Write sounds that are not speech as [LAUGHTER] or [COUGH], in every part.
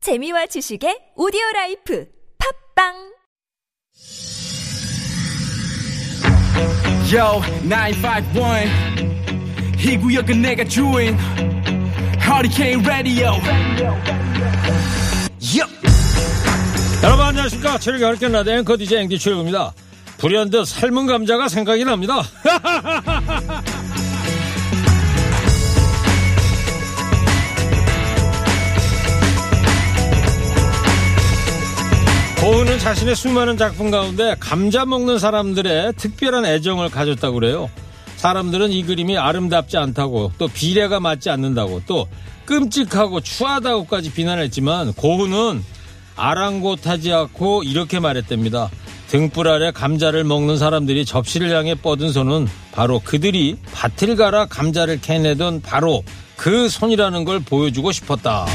재미와 지식의 오디오 라이프 팝빵 Yo, 951. 이 구역은 내가 주인. Hurricane Radio. Yup. 여러분 안녕하십니까 체력이 어렵게 나대 앵커 DJ 앵디 최혁입니다 불현듯 삶은 감자가 생각이 납니다 고흐는 자신의 수많은 작품 가운데 감자 먹는 사람들의 특별한 애정을 가졌다고 그래요 사람들은 이 그림이 아름답지 않다고 또 비례가 맞지 않는다고 또 끔찍하고 추하다고까지 비난했지만 고흐는 아랑곳하지 않고 이렇게 말했답니다. 등불 아래 감자를 먹는 사람들이 접시를 향해 뻗은 손은 바로 그들이 밭을 갈아 감자를 캐내던 바로 그 손이라는 걸 보여주고 싶었다.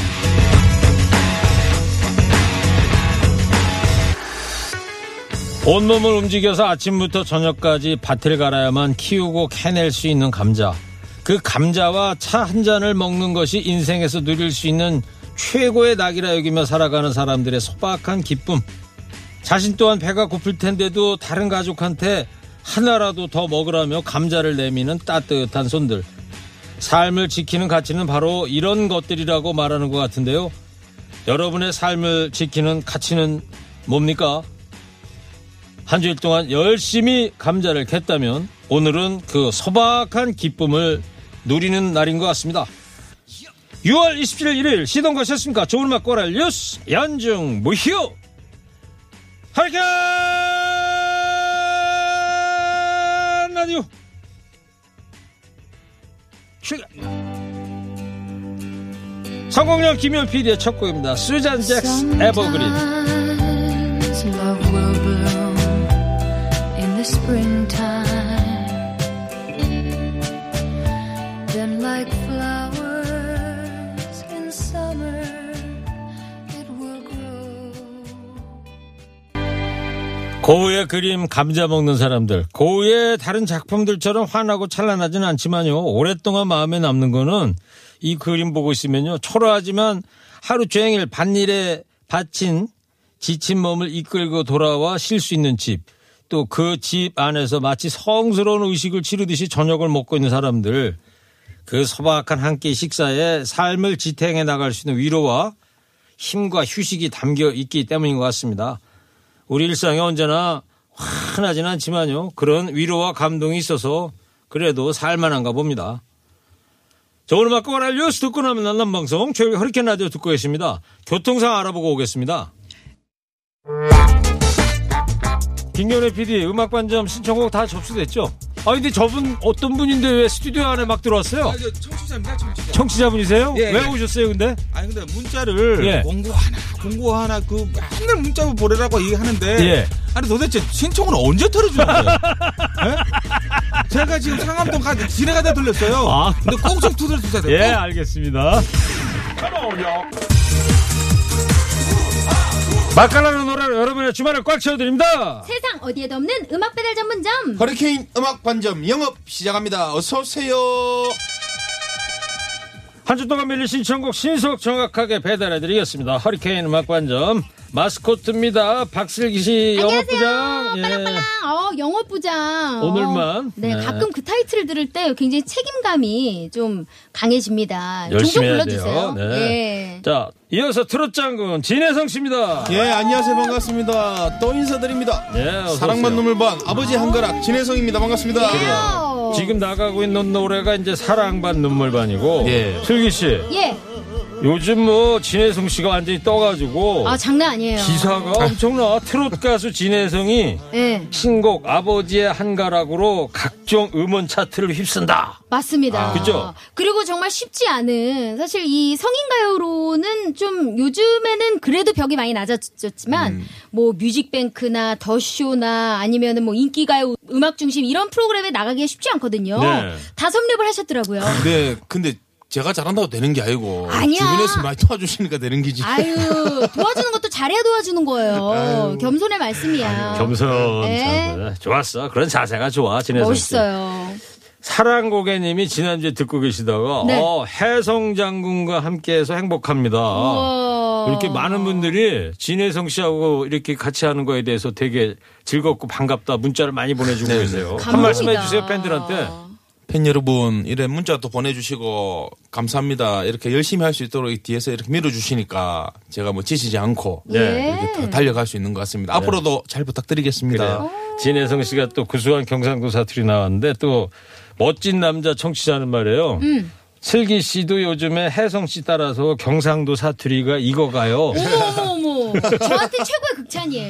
온몸을 움직여서 아침부터 저녁까지 밭을 갈아야만 키우고 캐낼 수 있는 감자. 그 감자와 차 한 잔을 먹는 것이 인생에서 누릴 수 있는 최고의 낙이라 여기며 살아가는 사람들의 소박한 기쁨. 자신 또한 배가 고플 텐데도 다른 가족한테 하나라도 더 먹으라며 감자를 내미는 따뜻한 손들. 삶을 지키는 가치는 바로 이런 것들이라고 말하는 것 같은데요. 여러분의 삶을 지키는 가치는 뭡니까? 한 주일 동안 열심히 감자를 캤다면 오늘은 그 소박한 기쁨을 누리는 날인 것 같습니다. 6월 27일 일요일 시동 거셨습니까? 좋은 맛 꼬랄 뉴스 연중 무휴 하리캔 라디오 출발 성공령 김현 PD의 첫 곡입니다. 수잔 잭스 에버그린 Sometimes love will bloom in the springtime. Then, like flowers in summer, it will grow. 고흐의 그림 감자 먹는 사람들 고흐의 다른 작품들처럼 환하고 찬란하진 않지만요 오랫동안 마음에 남는 거는 이 그림 보고 있으면요 초라하지만 하루 종일 밭일에 바친 지친 몸을 이끌고 돌아와 쉴 수 있는 집 또 그 집 안에서 마치 성스러운 의식을 치르듯이 저녁을 먹고 있는 사람들 그 소박한 한 끼 식사에 삶을 지탱해 나갈 수 있는 위로와 힘과 휴식이 담겨 있기 때문인 것 같습니다. 우리 일상에 언제나 환하진 않지만요. 그런 위로와 감동이 있어서 그래도 살만한가 봅니다. 좋은 음악 꼬랄 뉴스 듣고 나면 난남 방송 최고 허리케인 라디오 듣고 계십니다. 교통상 알아보고 오겠습니다. 김경래 PD 음악 반점 신청곡 다 접수됐죠? 아 근데 저분 어떤 분인데 왜 스튜디오 안에 막 들어왔어요? 아, 저 청취자입니다, 청취자. 청취자분이세요? 예, 왜 예. 오셨어요 근데? 아니 근데 문자를 예. 공고 하나, 공고 하나 그 맨날 문자로 보내라고 얘기하는데 예. 아니 도대체 신청은 언제 털어주는 거예요? [LAUGHS] 예? 제가 지금 상암동 가 지나가다 들렸어요. 아. 근데 꼭 좀 두드려 주셔야 돼요. 예 알겠습니다. 맛깔나는 노래로 여러분의 주말을 꽉 채워드립니다. 세상 어디에도 없는 음악 배달 전문점 허리케인 음악 반점 영업 시작합니다. 어서 오세요. 한 주 동안 밀린 신청곡 신속 정확하게 배달해드리겠습니다. 허리케인 음악관점 마스코트입니다. 박슬기 씨 영업부장. 예. 빨랑빨랑 어 영업부장 오늘만. 네, 네. 가끔 그 타이틀을 들을 때 굉장히 책임감이 좀 강해집니다 열심히 해야 종종 돼요. 불러주세요 네. 예. 자, 이어서 트롯 장군 진혜성 씨입니다. 예, 안녕하세요. 반갑습니다. 또 인사드립니다. 예, 어서 사랑만 오세요. 눈물 반 아버지 한가락 진혜성입니다. 반갑습니다. 예. 어. 지금 나가고 있는 노래가 이제 사랑반 눈물반이고 예. 슬기 씨 예. 요즘 뭐 진혜성 씨가 완전히 떠가지고 아 장난 아니에요 기사가 엄청나 트롯 가수 진혜성이 예 신곡 아버지의 한가락으로 각종 음원 차트를 휩쓴다. 맞습니다 아. 그죠? 그리고 정말 쉽지 않은 사실 이 성인가요로는 좀 요즘에는 그래도 벽이 많이 낮아졌지만 음. 뭐 뮤직뱅크나 더쇼나 아니면은 뭐 인기가요 음악 중심 이런 프로그램에 나가기가 쉽지 않거든요. 네. 다 [LAUGHS] 섭렵을 하셨더라고요. 네, 근데 제가 잘한다고 되는 게 아니고 아니야. 주변에서 많이 도와주시니까 되는 기지. 아유 도와주는 것도 잘해야 도와주는 거예요. 아, 겸손의 말씀이야. 겸손. 네. 참, 좋았어. 그런 자세가 좋아. 진혜성 씨. 멋있어요. 사랑 고객님이 지난주에 듣고 계시다가 네. 어, 해성 장군과 함께해서 행복합니다. 우와. 이렇게 많은 분들이 진혜성 씨하고 이렇게 같이 하는 거에 대해서 되게 즐겁고 반갑다 문자를 많이 보내주고 계세요. 한 감동이다. 말씀 해주세요 팬들한테. 팬 여러분, 이래 문자 또 보내주시고, 감사합니다. 이렇게 열심히 할 수 있도록 이 뒤에서 이렇게 밀어주시니까, 제가 뭐 지치지 않고, 네. 예. 이렇게 더 달려갈 수 있는 것 같습니다. 앞으로도 잘 부탁드리겠습니다. 그래요. 진혜성 씨가 또 구수한 경상도 사투리 나왔는데 또 멋진 남자 청취자는 말이에요. 슬기 씨도 요즘에 혜성 씨 따라서 경상도 사투리가 익어가요. 어머, 저한테 최고의 극찬이에요.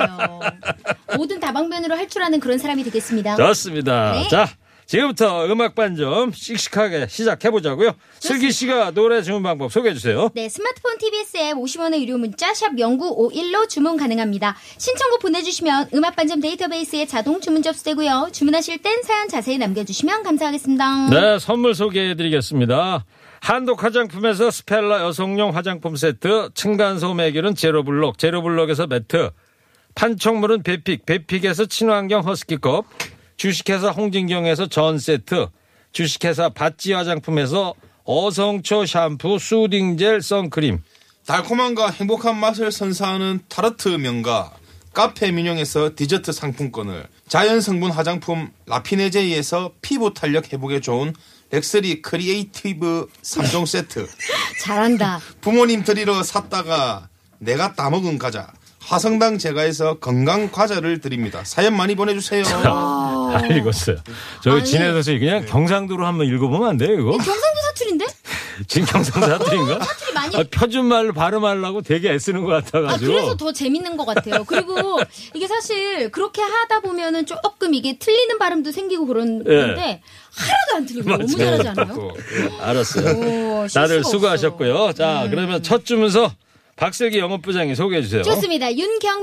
모든 다방면으로 할 줄 아는 그런 사람이 되겠습니다. 좋습니다. 네. 자, 지금부터 음악 반점 씩씩하게 시작해 보자고요. 슬기 씨가 노래 주문 방법 소개해 주세요. 네, 스마트폰 TBS 앱 50원의 유료 문자 샵 0951로 주문 가능합니다. 신청곡 보내주시면 음악반점 데이터베이스에 자동 주문 접수되고요. 주문하실 땐 사연 자세히 남겨주시면 감사하겠습니다. 네, 선물 소개해 드리겠습니다. 한독 화장품에서 스펠라 여성용 화장품 세트, 층간소음 해결은 제로블록, 제로블록에서 매트, 판촉물은 베픽, 베픽에서 친환경 허스키컵, 주식회사 홍진경에서 전 세트, 주식회사 바찌 화장품에서 어성초 샴푸, 수딩젤, 선크림, 달콤함과 행복한 맛을 선사하는 타르트 명가 카페 민용에서 디저트 상품권을 자연 성분 화장품 라피네제이에서 피부 탄력 회복에 좋은 렉스리 크리에이티브 3종 세트 [LAUGHS] 잘한다. 부모님 드리러 샀다가 내가 따먹은 과자 화성당 제과에서 건강 과자를 드립니다 사연 많이 보내주세요 아. 다 아, 읽었어요. 저기 진해서 네. 씨 그냥 경상도로 한번 읽어보면 안 돼요, [LAUGHS] 이거? 경상도 사투리인데? 지금 경상 사투리인가? 사투리 많이- 아, 표준 말로 발음하려고 되게 애쓰는 것 아, 같아가지고. 그래서 더 재밌는 것 같아요. 그리고 이게 사실 그렇게 하다 보면은 조금 이게 틀리는 발음도 생기고 예. 그런데 하나도 안 틀리고 너무 잘하지 않아요? 알았어요. 오, 아, 실수가 예. 다들 없어. 수고하셨고요. 자, 그러면 첫 주문서 박슬기 영업부장이 소개해 주세요. 좋습니다.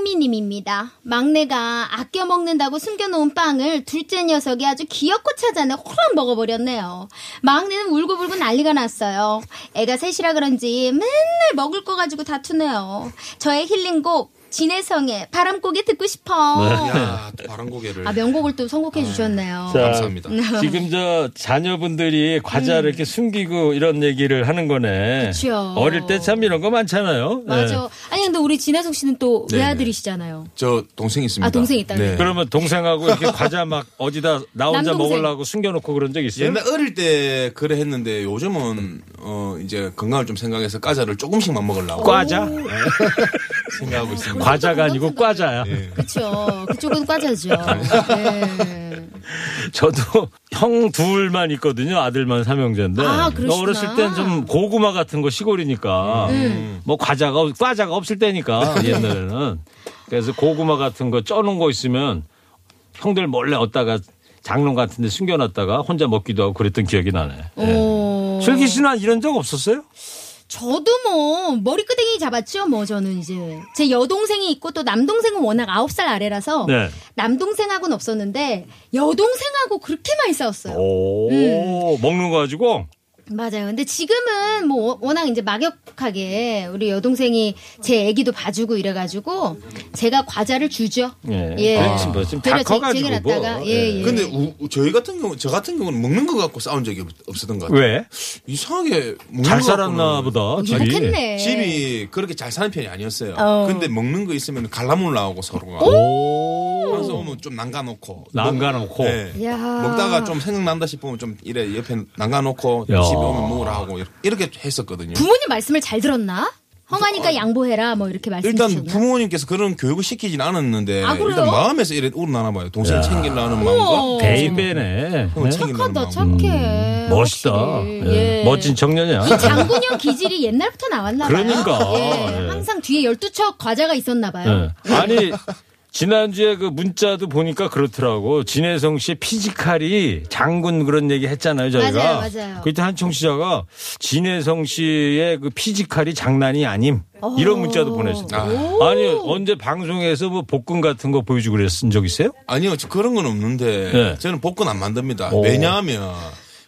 윤경미님입니다. 막내가 아껴 먹는다고 숨겨놓은 빵을 둘째 녀석이 아주 귀엽고 찾아내 호랑 먹어버렸네요. 막내는 울고불고 난리가 났어요. 애가 셋이라 그런지 맨날 먹을 거 가지고 다투네요. 저의 힐링곡 진해성의 바람고개 듣고 싶어. 네. 야 바람고개를 아 명곡을 또 선곡해 주셨네요. 자, 감사합니다. 지금 저 자녀분들이 과자를 이렇게 숨기고 이런 얘기를 하는 거네. 음. 그쵸. 어릴 때 참 이런 거 많잖아요. 네. 맞아. 아니 근데 우리 진해성 씨는 또 네네. 외아들이시잖아요. 저 동생 있습니다. 아, 동생 있다고요? 네. 그러면 동생하고 이렇게 과자 막 어디다 나 혼자 남동생. 먹으려고 숨겨놓고 그런 적 있어요? 옛날 어릴 때 그래 했는데 요즘은 어 이제 건강을 좀 생각해서 과자를 조금씩만 먹으려고 과자? 생각하고 있습니다. 과자가 아니고 과자야. 그렇죠. 그쪽은 과자죠. 네. 저도 [LAUGHS] 형 둘만 있거든요. 아들만 삼형제인데. 뭐 아, 그러시구나. 네. 어렸을 땐 좀 고구마 같은 거 시골이니까 뭐 과자가 없- 과자가 없을 때니까 옛날에는. 그래서 고구마 같은 거 쪄놓은 거 있으면 형들 몰래 얻다가 장롱 같은 데 숨겨놨다가 혼자 먹기도 하고 그랬던 기억이 나네. 어. 예. 오. 슬기 씨는 이런 적 없었어요? 저도 뭐 머리끄댕이 잡았죠. 뭐 저는 이제 제 여동생이 있고 또 남동생은 워낙 9살 아래라서 네. 남동생하고는 없었는데 여동생하고 그렇게 많이 싸웠어요. 오, 음. 먹는 거 가지고? 맞아요. 근데 지금은 뭐 워- 워낙 이제 막역하게 우리 여동생이 제 애기도 봐주고 이래가지고 제가 과자를 주죠. 예. 예. 그렇지, 뭐 지금 다 데려 제- 커가지고 쟁여놨다가, 뭐. 예, 예. 근데 우- 우- 저희 같은 경우 저 같은 경우는 먹는 거 갖고 싸운 적이 없- 없었던 것 같아요. 왜? 이상하게 먹는 잘 거 살았나 갖고는 음, 보다. 집이. 유복했네. 집이 그렇게 잘 사는 편이 아니었어요. 어. 근데 먹는 거 있으면 갈라물 나오고 서로가. 그래서 오면 좀 남가놓고. 남가놓고. 네. 야. 먹다가 좀 생각난다 싶으면 좀 이래 옆에 남가놓고 야. 집에 오면 먹으라 하고 이렇- 이렇게 했었거든요. 부모님 말씀을 잘 들었나? 어. 헝하니까 양보해라 뭐 이렇게 말씀해 일단 주셨나? 부모님께서 그런 교육을 시키진 않았는데 아, 그래요? 일단 마음에서 이래 우러나나 봐요. 동생 챙기려는 마음과 대인배네. 형을 네? 챙기려는 착하다 마음. 착해. 멋있다. 확실히. 예. 예. 멋진 청년이야. 이 장군형 기질이 옛날부터 나왔나 봐요. 그러니까. 예. 아, 예. 항상 뒤에 12척 과자가 있었나 네. 봐요. 예. 아니 지난주에 그 문자도 보니까 그렇더라고. 진혜성 씨 피지컬이 장군 그런 얘기 했잖아요, 저희가. 맞아요, 맞아요. 그때 한 청취자가 진혜성 씨의 그 피지컬이 장난이 아님. 이런 문자도 보냈어요. 아니 언제 방송에서 뭐 복근 같은 거 보여주고 그랬은 적 있어요? 아니요, 저 그런 건 없는데 네. 저는 복근 안 만듭니다. 오. 왜냐하면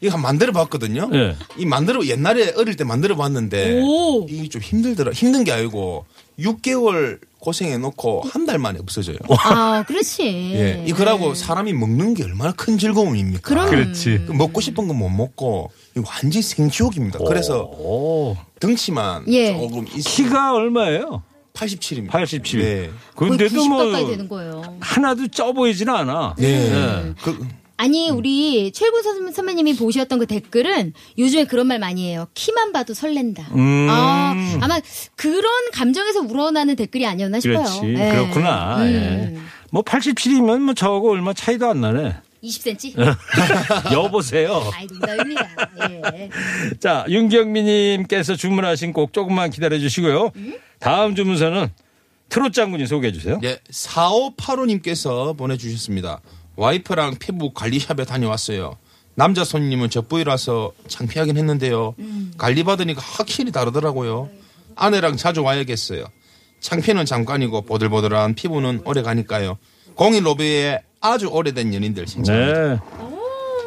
이거 한 만들어 봤거든요. 네. 이 만들어 옛날에 어릴 때 만들어 봤는데 이게 좀 힘들더라. 힘든 게 아니고 6개월 고생해놓고 한 달 만에 없어져요. 아, 그렇지. 예. 이거라고 사람이 먹는 게 얼마나 큰 즐거움입니까? 그럼. 그렇지. 그 먹고 싶은 건 못 먹고 이거 완전 생지옥입니다. 그래서 오. 덩치만 예. 조금 있- 키가 얼마예요? 87입니다. 87. 네. 거의 근데도 90 뭐 가까이 되는 거예요. 하나도 쪄 보이지는 않아. 네. 예. 음. 그, 음. 아니 우리 최군 선배- 선배님이 보셨던 그 댓글은 요즘에 그런 말 많이 해요. 키만 봐도 설렌다. 음. 아, 아마 그런 감정에서 우러나는 댓글이 아니었나 싶어요. 그렇지. 예. 음. 그렇구나. 예. 뭐 87이면 뭐 저하고 얼마 차이도 안 [LAUGHS] 나네. 20cm? 여보세요. 아이 농담입니다. 예. 자, 윤경미님께서 주문하신 곡 조금만 기다려주시고요. 다음 주문서는 트롯 장군이 소개해주세요. 네, 4585님께서 보내주셨습니다. 와이프랑 피부 관리샵에 다녀왔어요. 남자 손님은 젖부이라서 창피하긴 했는데요. 관리 받으니까 확실히 다르더라고요. 아내랑 자주 와야겠어요. 창피는 잠깐이고 보들보들한 피부는 오래 가니까요. 공인 로비에 아주 오래된 연인들 신청. 네.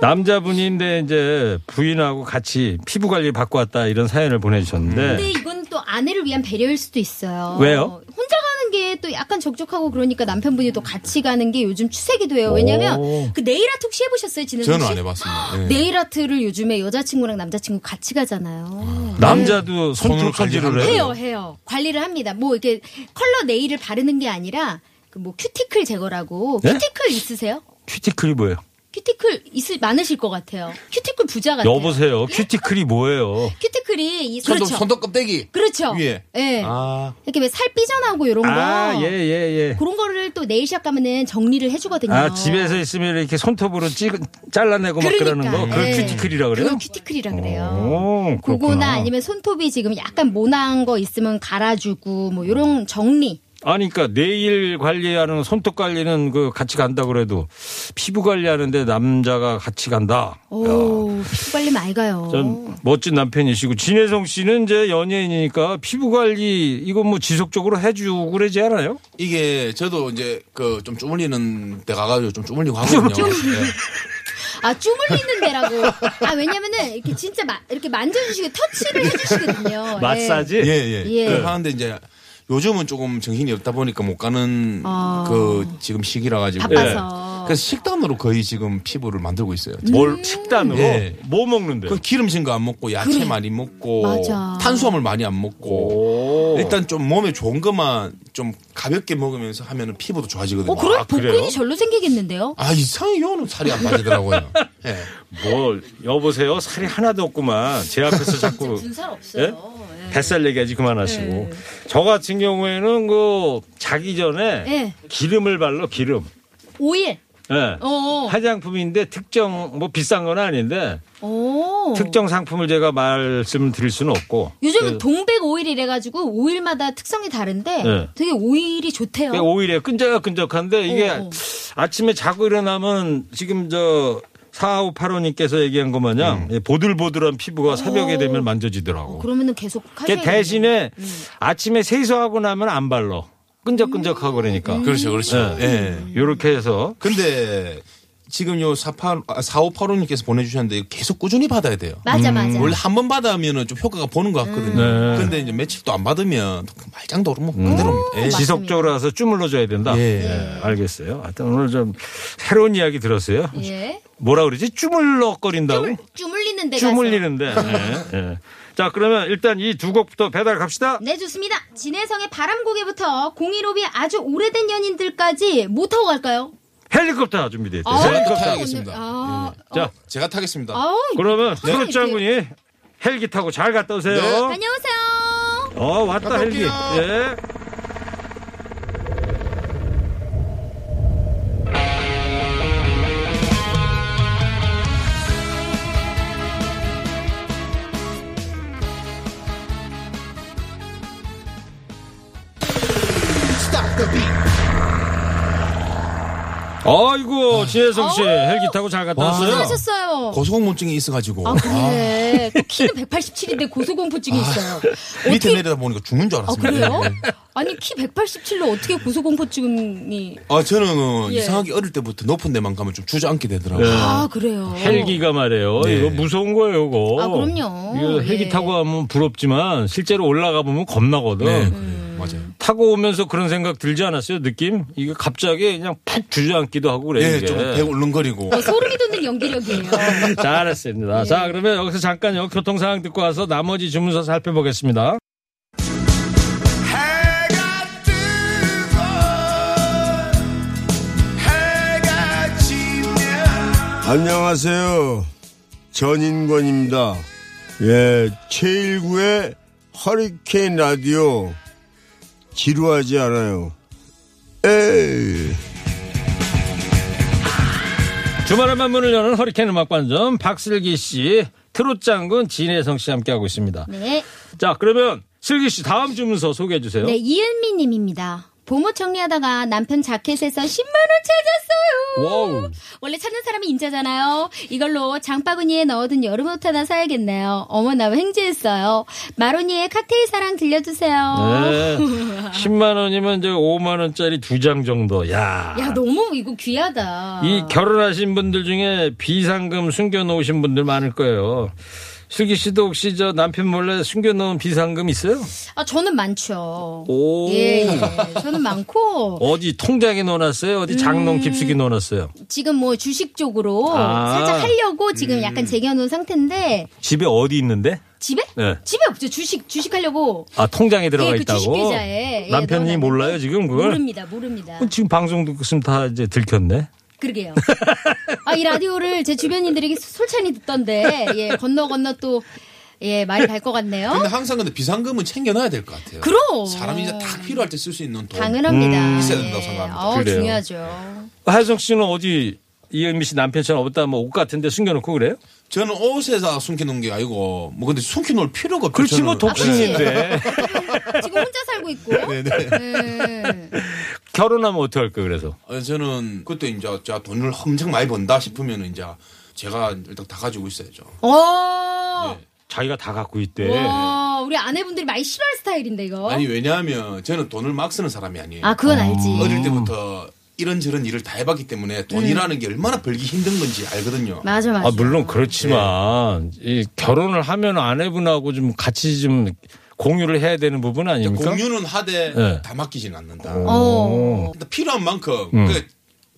남자분인데 이제 부인하고 같이 피부 관리 받고 왔다 이런 사연을 근데 보내주셨는데 이건 또 아내를 위한 배려일 수도 있어요. 네. 왜요? 혼자 가는 게 또 약간 적적하고 그러니까 남편분이 또 같이 가는 게 요즘 추세기도 해요. 왜냐면 오. 그 네일 아트 혹시 해보셨어요? 지는 저는 안 해봤습니다. 네. 네일 아트를 요즘에 여자친구랑 남자친구 같이 가잖아요. 남자도 네. 손으로 손톱 손질을 해요. 관리하는 해요, 해요. 관리를 합니다. 뭐 이렇게 컬러 네일을 바르는 게 아니라 그 뭐 큐티클 제거라고 네? 큐티클 있으세요? 큐티클이 뭐예요? 큐티클 있을 많으실 것 같아요. 큐티클 부자 같아요. 여보세요. 큐티클이 뭐예요? 큐티클이 이 손톱, 그렇죠. 손톱 껍데기. 그렇죠. 위에. 예. 아, 이렇게 왜 살 삐져나오고 이런 거. 아, 예, 예, 예. 그런 거를 또 네일샵 가면은 정리를 해주거든요. 아, 집에서 있으면 이렇게 손톱으로 찍, 잘라내고 막 그러니까. 그러는 거? 그걸 예. 큐티클이라 네. 그래요? 그건 큐티클이라 그래요. 오, 그거나 그렇구나. 아니면 손톱이 지금 약간 모난 거 있으면 갈아주고 뭐 이런 정리. 아니, 그러니까 내일 관리하는 손톱 관리는 그 같이 간다 그래도 피부 관리하는데 남자가 같이 간다. 야, 오, 빨리 많이 가요. 전 멋진 남편이시고 진혜성 씨는 이제 연예인이니까 피부 관리 이건 뭐 지속적으로 해주고 그러지 않아요? 이게 저도 이제 그 좀 주물리는 데 가가지고 좀 주물리고 하거든요. 네. 아, 주물리는 데라고. 아, 왜냐면은 이렇게 진짜 마- 이렇게 만져주시고 터치를 해주시거든요. 예. 마사지? 예, 예. 예. 그걸 하는데 이제 요즘은 조금 정신이 없다 보니까 못 가는 아. 그 지금 시기라 가지고 예. 바빠서. 그래서 식단으로 거의 지금 피부를 만들고 있어요. 뭘 식단으로? 예. 뭐 먹는데? 그 기름진 거 안 먹고 야채 많이 먹고 맞아. 탄수화물 많이 안 먹고 오. 일단 좀 몸에 좋은 것만 좀 가볍게 먹으면서 하면은 피부도 좋아지거든요. 어, 그럼 아, 그래요? 복근이 절로 생기겠는데요? 아 이상해 요는 살이 안 빠지더라고요. 예. 뭘 뭐, 여보세요 살이 하나도 없구만 제 앞에서 [LAUGHS] 자꾸 분살 없어요. 예. 뱃살 얘기하지 그만하시고 네. 저 같은 경우에는 그 자기 전에 예. 기름을 발라 기름 오일. 예. 어. 화장품인데 특정 뭐 비싼 건 아닌데 오. 특정 상품을 제가 말씀드릴 수는 없고 요즘은 동백 오일 이래가지고 오일마다 특성이 다른데 네. 되게 오일이 좋대요. 그게 오히려 끈적끈적한데 이게 어, 어. 아침에 자고 일어나면 지금 저 4585님께서 얘기한 것 마냥 예, 보들보들한 피부가 새벽에 되면 만져지더라고. 어. 그러면은 계속 그 하셔야 대신에 음. 아침에 세수하고 나면 안 발라. 끈적끈적하고 그러니까. 음. 그렇죠, 그렇죠. 예. 예. 요렇게 해서 근데 지금 요 48, 아, 4585님께서 보내주셨는데 이거 계속 꾸준히 받아야 돼요. 맞아 맞아. 원래 한 번 받으면은 좀 효과가 보는 것 같거든요. 네. 근데 이제 며칠도 안 받으면 말장도 뭐 음. 그대로입니다. 예. 지속적으로 해서 주물러 줘야 된다. 예. 예, 알겠어요. 하여튼 오늘 좀 새로운 이야기 들었어요. 예. 뭐라 그러지? 주물럭거린다고? 쭈물, 쭈물리는 네, 데가 [LAUGHS] 주물리는데. 예, 예. 자, 그러면 일단 이 두 곡부터 배달 갑시다. 네 좋습니다. 진해성의 바람고개부터 공이로비 아주 오래된 연인들까지 뭐 타고 갈까요? 헬리콥터 준비돼 있대요. 아, 제가 헬리콥터. 타겠습니다. 아, 어? 자, 제가 타겠습니다. 아우, 그러면 네. 트롯 장군이 헬기 타고 잘 갔다 오세요. 어? 네. 다녀오세요. 어, 왔다 헬기. 예. 아이고 지혜성 씨 헬기 타고 잘 갔다 왔어요. 수고하셨어요. 고소공증이 있어가지고 아 그래. 그 키는 187인데 고소공포증이 있어요. [LAUGHS] 밑에 어떻게? 내려다 보니까 죽는 줄 아 알았습니다. 그래요? 네. 아니 키 187로 어떻게 고소공포증이? 아 저는 예. 이상하게 어릴 때부터 높은 데만 가면 좀 주저앉게 되더라고요. 아 그래요. 헬기가 말이에요. 네. 이거 무서운 거예요, 이거. 아, 그럼요. 이거 헬기 예. 타고 가면 부럽지만 실제로 올라가 보면 겁나거든. 음. 네, 그래요. 맞아요. 타고 오면서 그런 생각 들지 않았어요? 느낌? 이게 갑자기 그냥 푹 주저앉기도 하고 그래요. 예, 네, 이게. 좀 배울렁거리고. 어, 소름이 돋는 연기력이에요. [LAUGHS] 잘했습니다. 네. 자, 그러면 여기서 잠깐요. 교통 상황 듣고 와서 나머지 주문서 살펴보겠습니다. 해가 뜨고 해가 지면 안녕하세요. 전인권입니다. 예, 제1구의 허리케인 라디오. 지루하지 않아요. 에이. 주말에만 문을 여는 허리케인 음악반점 박슬기 씨, 트롯 장군 진혜성 씨 함께하고 있습니다. 네. 자, 그러면 슬기 씨 다음 주문서 소개해 주세요. 네, 이은미 님입니다. 보모 정리하다가 남편 자켓에서 10만 원 찾았어요. 와우. 원래 찾는 사람이 인자잖아요. 이걸로 장바구니에 넣어둔 여름옷 하나 사야겠네요. 어머나 횡재했어요. 마로니의 칵테일 사랑 들려주세요. 네. 10만 원이면 이제 5만 원짜리 두 장 정도. 야. [LAUGHS] 야 너무 이거 귀하다. 이 결혼하신 분들 중에 비상금 숨겨 놓으신 분들 많을 거예요. 슬기 씨도 혹시 저 남편 몰래 숨겨 놓은 비상금 있어요? 아 저는 많죠. 오. 예, 예. 저는 많고 어디 통장에 넣어놨어요? 어디 음. 장롱 깊숙이 넣어놨어요? 지금 뭐 주식 쪽으로 아. 음. 살짝 하려고 지금 약간 쟁여놓은 상태인데 집에 어디 있는데? 집에 네. 집에 없죠 주식 주식 하려고 아 통장에 들어가 예, 그 있다고. 주식 계좌에. 예, 남편이 넣어놨는데. 몰라요 지금 그걸? 모릅니다 모릅니다 어, 지금 방송 듣고 있으면 다 이제 들켰네. 그러게요 아 이 라디오를 제 주변인들이 솔찬히 듣던데 예 건너 건너 또예 많이 갈 것 같네요 근데 항상 근데 비상금은 챙겨놔야 될 것 같아요. 그럼. 사람이 이제 딱 필요할 때 쓸 수 있는 돈. 당연합니다 예. 있어야 된다고 생각합니다. 어, 음. 그래요. 중요하죠 하혜성 씨는 어디 이은미 씨 남편처럼 없다 뭐 옷 같은데 숨겨놓고 그래요? 저는 옷에다 숨겨놓은 게 아니고, 뭐 근데 숨겨놓을 필요가 없죠. 그렇지 뭐 저는. 독신인데 지금 혼자 살고 [LAUGHS] 예. 있고 요 네. 네. [LAUGHS] 결혼하면 어떡할 까 그래서 어, 저는 그때 이제 제가 돈을 엄청 많이 번다 싶으면 이제 제가 일단 다 가지고 있어야죠. 어 자기가 다 갖고 있대. 와, 우리 아내분들이 많이 싫어할 스타일인데 이거 아니 왜냐하면 저는 돈을 막 쓰는 사람이 아니에요. 아, 그건 알지 어릴 때부터 이런저런 일을 다 해봤기 때문에 돈이라는 게 얼마나 벌기 힘든 건지 알거든요. 맞아 맞아 예. 아 물론 그렇지만 이 결혼을 하면 아내분하고 좀 같이 좀 공유를 해야 되는 부분 아닙니까? 공유는 하되 네. 다 맡기진 않는다. 어. 근데 필요한 만큼 음. 그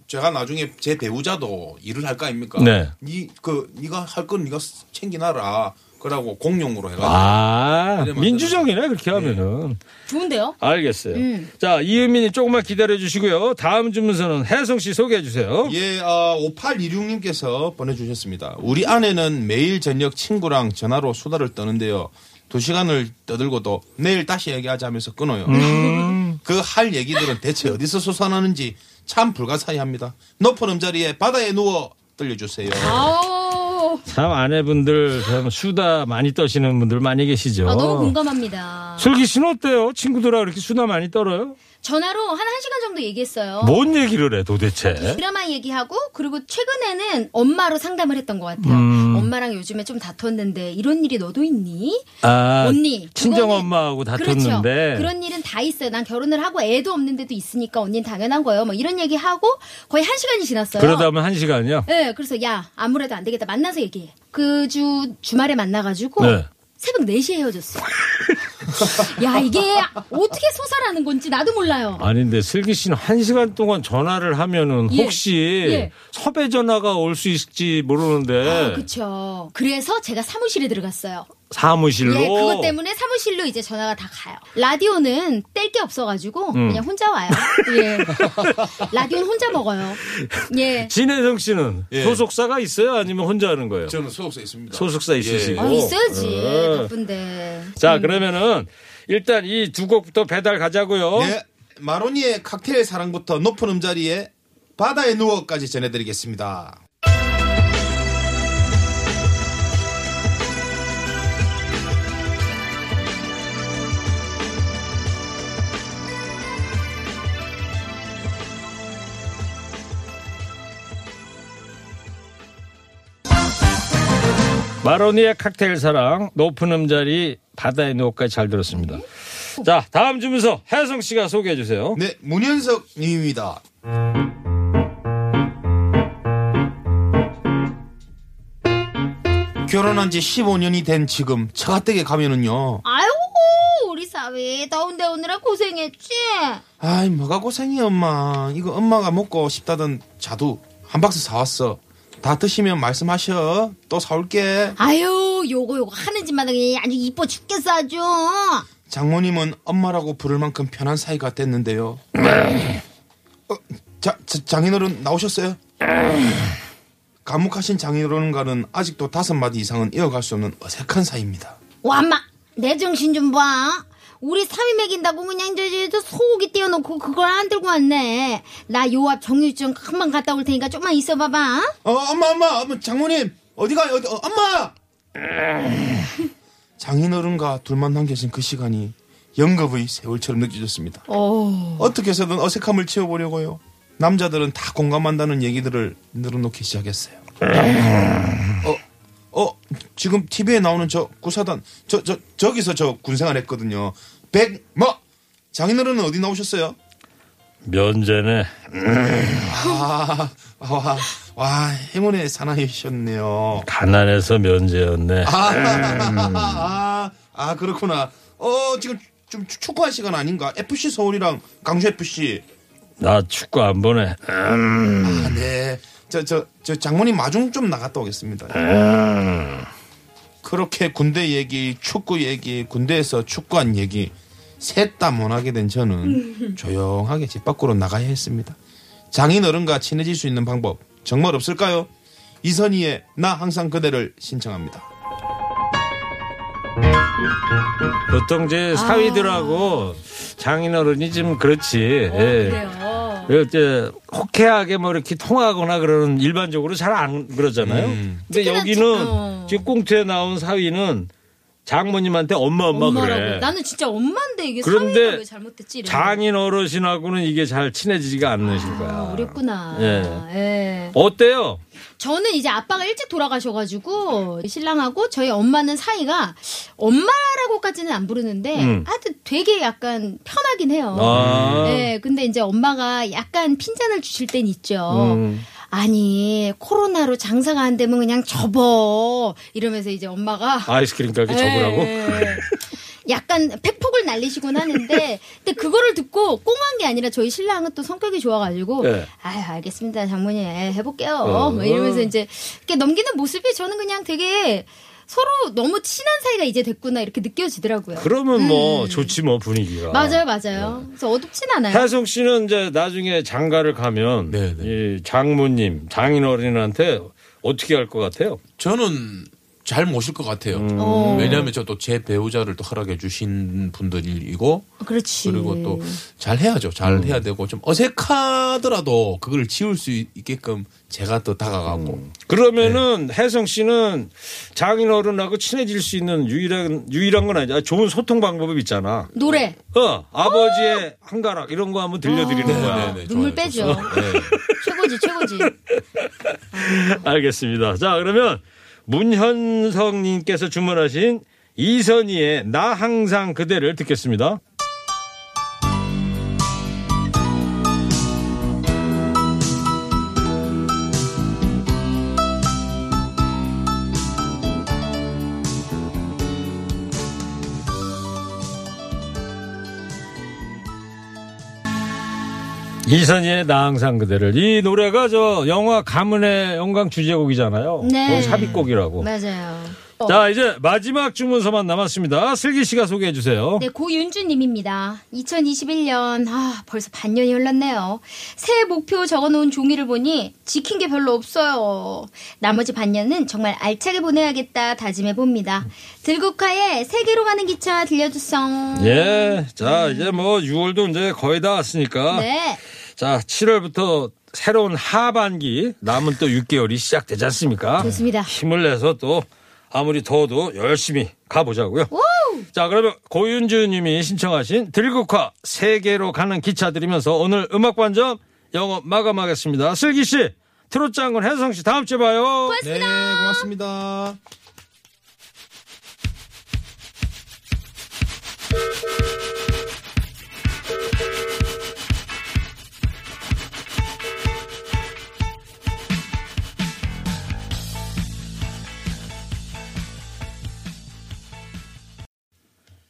제가 나중에 제 배우자도 일을 할 거 아닙니까? 네. 니그 니가 할 건 니가 챙기나라. 그러고 공용으로 해가지고 아 그래, 맞아, 민주적이네 그렇게 예. 하면은 좋은데요 알겠어요. 음. 자 이은민이 조금만 기다려 주시고요. 다음 주문서는 혜성 씨 소개해 주세요. 예, 아, 5826님께서 보내주셨습니다. 우리 아내는 매일 저녁 친구랑 전화로 수다를 떠는데요. 두 시간을 떠들고도 내일 다시 얘기하자면서 끊어요. 음. 그 할 얘기들은 대체 어디서 솟아나는지 참 불가사의합니다. 높은 음자리에 바다에 누워 들려주세요. 아우 참 아내분들 참 수다 많이 떠시는 분들 많이 계시죠. 아, 너무 공감합니다 슬기 씨는 어때요? 친구들하고 이렇게 수다 많이 떨어요? 전화로 한 1시간 정도 얘기했어요. 뭔 얘기를 해 도대체? 드라마 얘기하고 그리고 최근에는 엄마로 상담을 했던 것 같아요. 음. 엄마랑 요즘에 좀 다퉜는데 이런 일이 너도 있니? 아, 언니 친정 그거는- 엄마하고 그렇죠. 다퉜는데 그런 일은 다 있어요. 난 결혼을 하고 애도 없는데도 있으니까 언니는 당연한 거예요. 뭐 이런 얘기 하고 거의 한 시간이 지났어요. 그러다 보면 한 시간이요. 네, 그래서 야 아무래도 안 되겠다 만나서 얘기해. 그 주 주말에 만나가지고 네. 새벽 4시에 헤어졌어요. [LAUGHS] 야 이게 어떻게 소설하는 건지 나도 몰라요. 아닌데 슬기 씨는 한 시간 동안 전화를 하면은 예. 혹시 예. 섭외 전화가 올 수 있을지 모르는데 아, 그쵸. 그래서 제가 사무실에 들어갔어요. 사무실로 예, 그것 때문에 사무실로 이제 전화가 다 가요. 라디오는 뗄 게 없어가지고 음. 그냥 혼자 와요. [LAUGHS] 예. 라디오는 혼자 먹어요. 예. 진혜성 씨는 예. 소속사가 있어요? 아니면 혼자 하는 거예요? 저는 예. 소속사 있습니다. 소속사 있으시고. 아, 있어야지. 음. 예. 바쁜데. 자 그러면은 일단 이 두 곡부터 배달 가자고요. 네, 마로니의 칵테일 사랑부터 높은 음자리에 바다에 누워까지 전해드리겠습니다. 마로니의 칵테일 사랑 높은 음자리 바다의 노까지 잘 들었습니다. 자 다음 주문서 혜성 씨가 소개해 주세요. [LAUGHS] 네, 문현석 님입니다. 결혼한 지 15년이 된 지금 처가댁에 가면은요. 아유, 우리 사. 따위 더운데 오느라 고생했지? 아이 뭐가 고생이 엄마 이거 엄마가 먹고 싶다던 자두 한 박스 사왔어 다 드시면 말씀하셔 또 사올게 아유, 요거 요거 하는 집마다 그냥 아주 이뻐 죽겠어 아주. 장모님은 엄마라고 부를 만큼 편한 사이가 됐는데요 어, 자, 자, 장인어른 나오셨어요? 감옥하신 장인어른과는 아직도 다섯 마디 이상은 이어갈 수 없는 어색한 사이입니다 와마, 내 정신 좀 봐. 우리 삼이 먹인다고 그냥 저, 저, 저 소고기 떼어놓고 그걸 안 들고 왔네. 나 요 앞 정육점 금방 갔다 올 테니까 좀만 있어봐봐. 어, 엄마, 엄마, 엄마, 장모님, 어디가, 어디, 어, 엄마! 장인어른과 둘만 남겨진 그 시간이 영겁의 세월처럼 느껴졌습니다. 어떻게 해서든 어색함을 치워보려고요. 남자들은 다 공감한다는 얘기들을 늘어놓기 시작했어요. 어, 어, 지금 TV에 나오는 저 구사단, 저, 저, 저기서 저 군생활 했거든요. 백, 뭐! 장인어른은 어디 나오셨어요? 면제네. 아, 와, 와, 행운의 사나이셨네요. 가난해서 면제였네. 아, 아, 아, 그렇구나. 어, 지금 좀 추- 축구할 시간 아닌가? FC 서울이랑 강주 FC. 나 축구 안 보네. 아, 네. 저, 저, 저 장모님 마중 좀 나갔다 오겠습니다. 그렇게 군대 얘기, 축구 얘기, 군대에서 축구한 얘기, 셋 다 못하게 된 저는 조용하게 집 밖으로 나가야 했습니다. 장인어른과 친해질 수 있는 방법, 정말 없을까요? 이선희의 나 항상 그대를 신청합니다. 보통 아. 이제 사위들하고 장인어른이 좀 그렇지. 예. 어, 그래요. 그 이제 호쾌하게 뭐 이렇게 통하거나 그러는 일반적으로 잘 안 그러잖아요. 근데 특히나 여기는 어. 지금 꽁트에 나온 사위는 장모님한테 엄마 엄마 엄마라고. 그래. 나는 진짜 엄마인데 이게 그런데 삼이가 왜 잘못됐지? 이래. 장인 어르신하고는 이게 잘 친해지지가 않으신 거야. 아, 어렵구나. 예. 예. 어때요? 저는 이제 아빠가 일찍 돌아가셔가지고 신랑하고 저희 엄마는 사이가 엄마라고까지는 안 부르는데 음. 하여튼 되게 약간 편하긴 해요. 아. 네, 근데 이제 엄마가 약간 핀잔을 주실 땐 있죠. 음. 아니 코로나로 장사가 안 되면 그냥 접어 이러면서 이제 엄마가 아이스크림 가게 예, 접으라고? 예. 약간 팩폭을 날리시곤 하는데 근데 그거를 듣고 꽁한 게 아니라 저희 신랑은 또 성격이 좋아가지고 예. 아유 알겠습니다 장모님 예, 해볼게요 어. 뭐 이러면서 이제 이렇게 넘기는 모습이 저는 그냥 되게 서로 너무 친한 사이가 이제 됐구나 이렇게 느껴지더라고요. 그러니까. 그러면 뭐 좋지 뭐 분위기가. 음. 맞아요, 맞아요. 네. 그래서 어둡진 않아요. 태송 씨는 이제 나중에 장가를 가면 네, 네. 이 장모님, 장인어른한테 어떻게 할 것 같아요? 저는 잘 모실 것 같아요. 어. 음, 왜냐하면 저 또 제 배우자를 또 허락해 주신 분들이고 그렇지. 그리고 또 잘 해야죠. 잘 해야 되고 좀 어색하더라도 그걸 지울 수 있게끔 제가 또 다가가고 그러면은 혜성 씨는 장인어른하고 친해질 수 있는 유일한 유일한 건 아니야. 좋은 소통 방법이 있잖아. 노래 어, 아버지의 한가락 이런 거 한번 들려드리는 네, 거야. 네, 눈물 좋아요, 빼죠. 좋습니다. 네. 최고지, 최고지. 알겠습니다. 자, 그러면 문현성 님께서 주문하신 이선희의 나 항상 그대를 듣겠습니다. 이선희의 나 항상 그대를 이 노래가 저 영화 가문의 영광 주제곡이잖아요. 네. 거기 어. 삽입곡이라고. 맞아요. 자 이제 마지막 주문서만 남았습니다. 슬기 씨가 소개해 주세요. 네, 고윤주님입니다. 2021년, 아, 벌써 반년이 흘렀네요. 새해 목표 적어놓은 종이를 보니 지킨 게 별로 없어요. 나머지 반년은 정말 알차게 보내야겠다 다짐해봅니다. 들국화의 세계로 가는 기차 들려주성. 예, 자 이제 뭐 6월도 이제 거의 다 왔으니까 네. 자 7월부터 새로운 하반기 남은 또 6개월이 시작되지 않습니까? 좋습니다. 힘을 내서 또 아무리 더워도 열심히 가보자고요. 자 그러면 고윤주님이 신청하신 들국화 세계로 가는 기차 들으면서 오늘 음악 관점 영업 마감하겠습니다. 슬기 씨, 트롯 장군 혜성 씨 다음 주에 봐요. 네, 고맙습니다.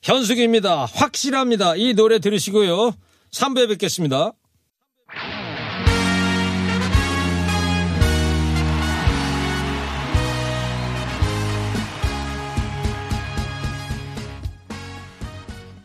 현대 현숙입니다. 확실합니다. 이 노래 들으시고요. 3부에 뵙겠습니다.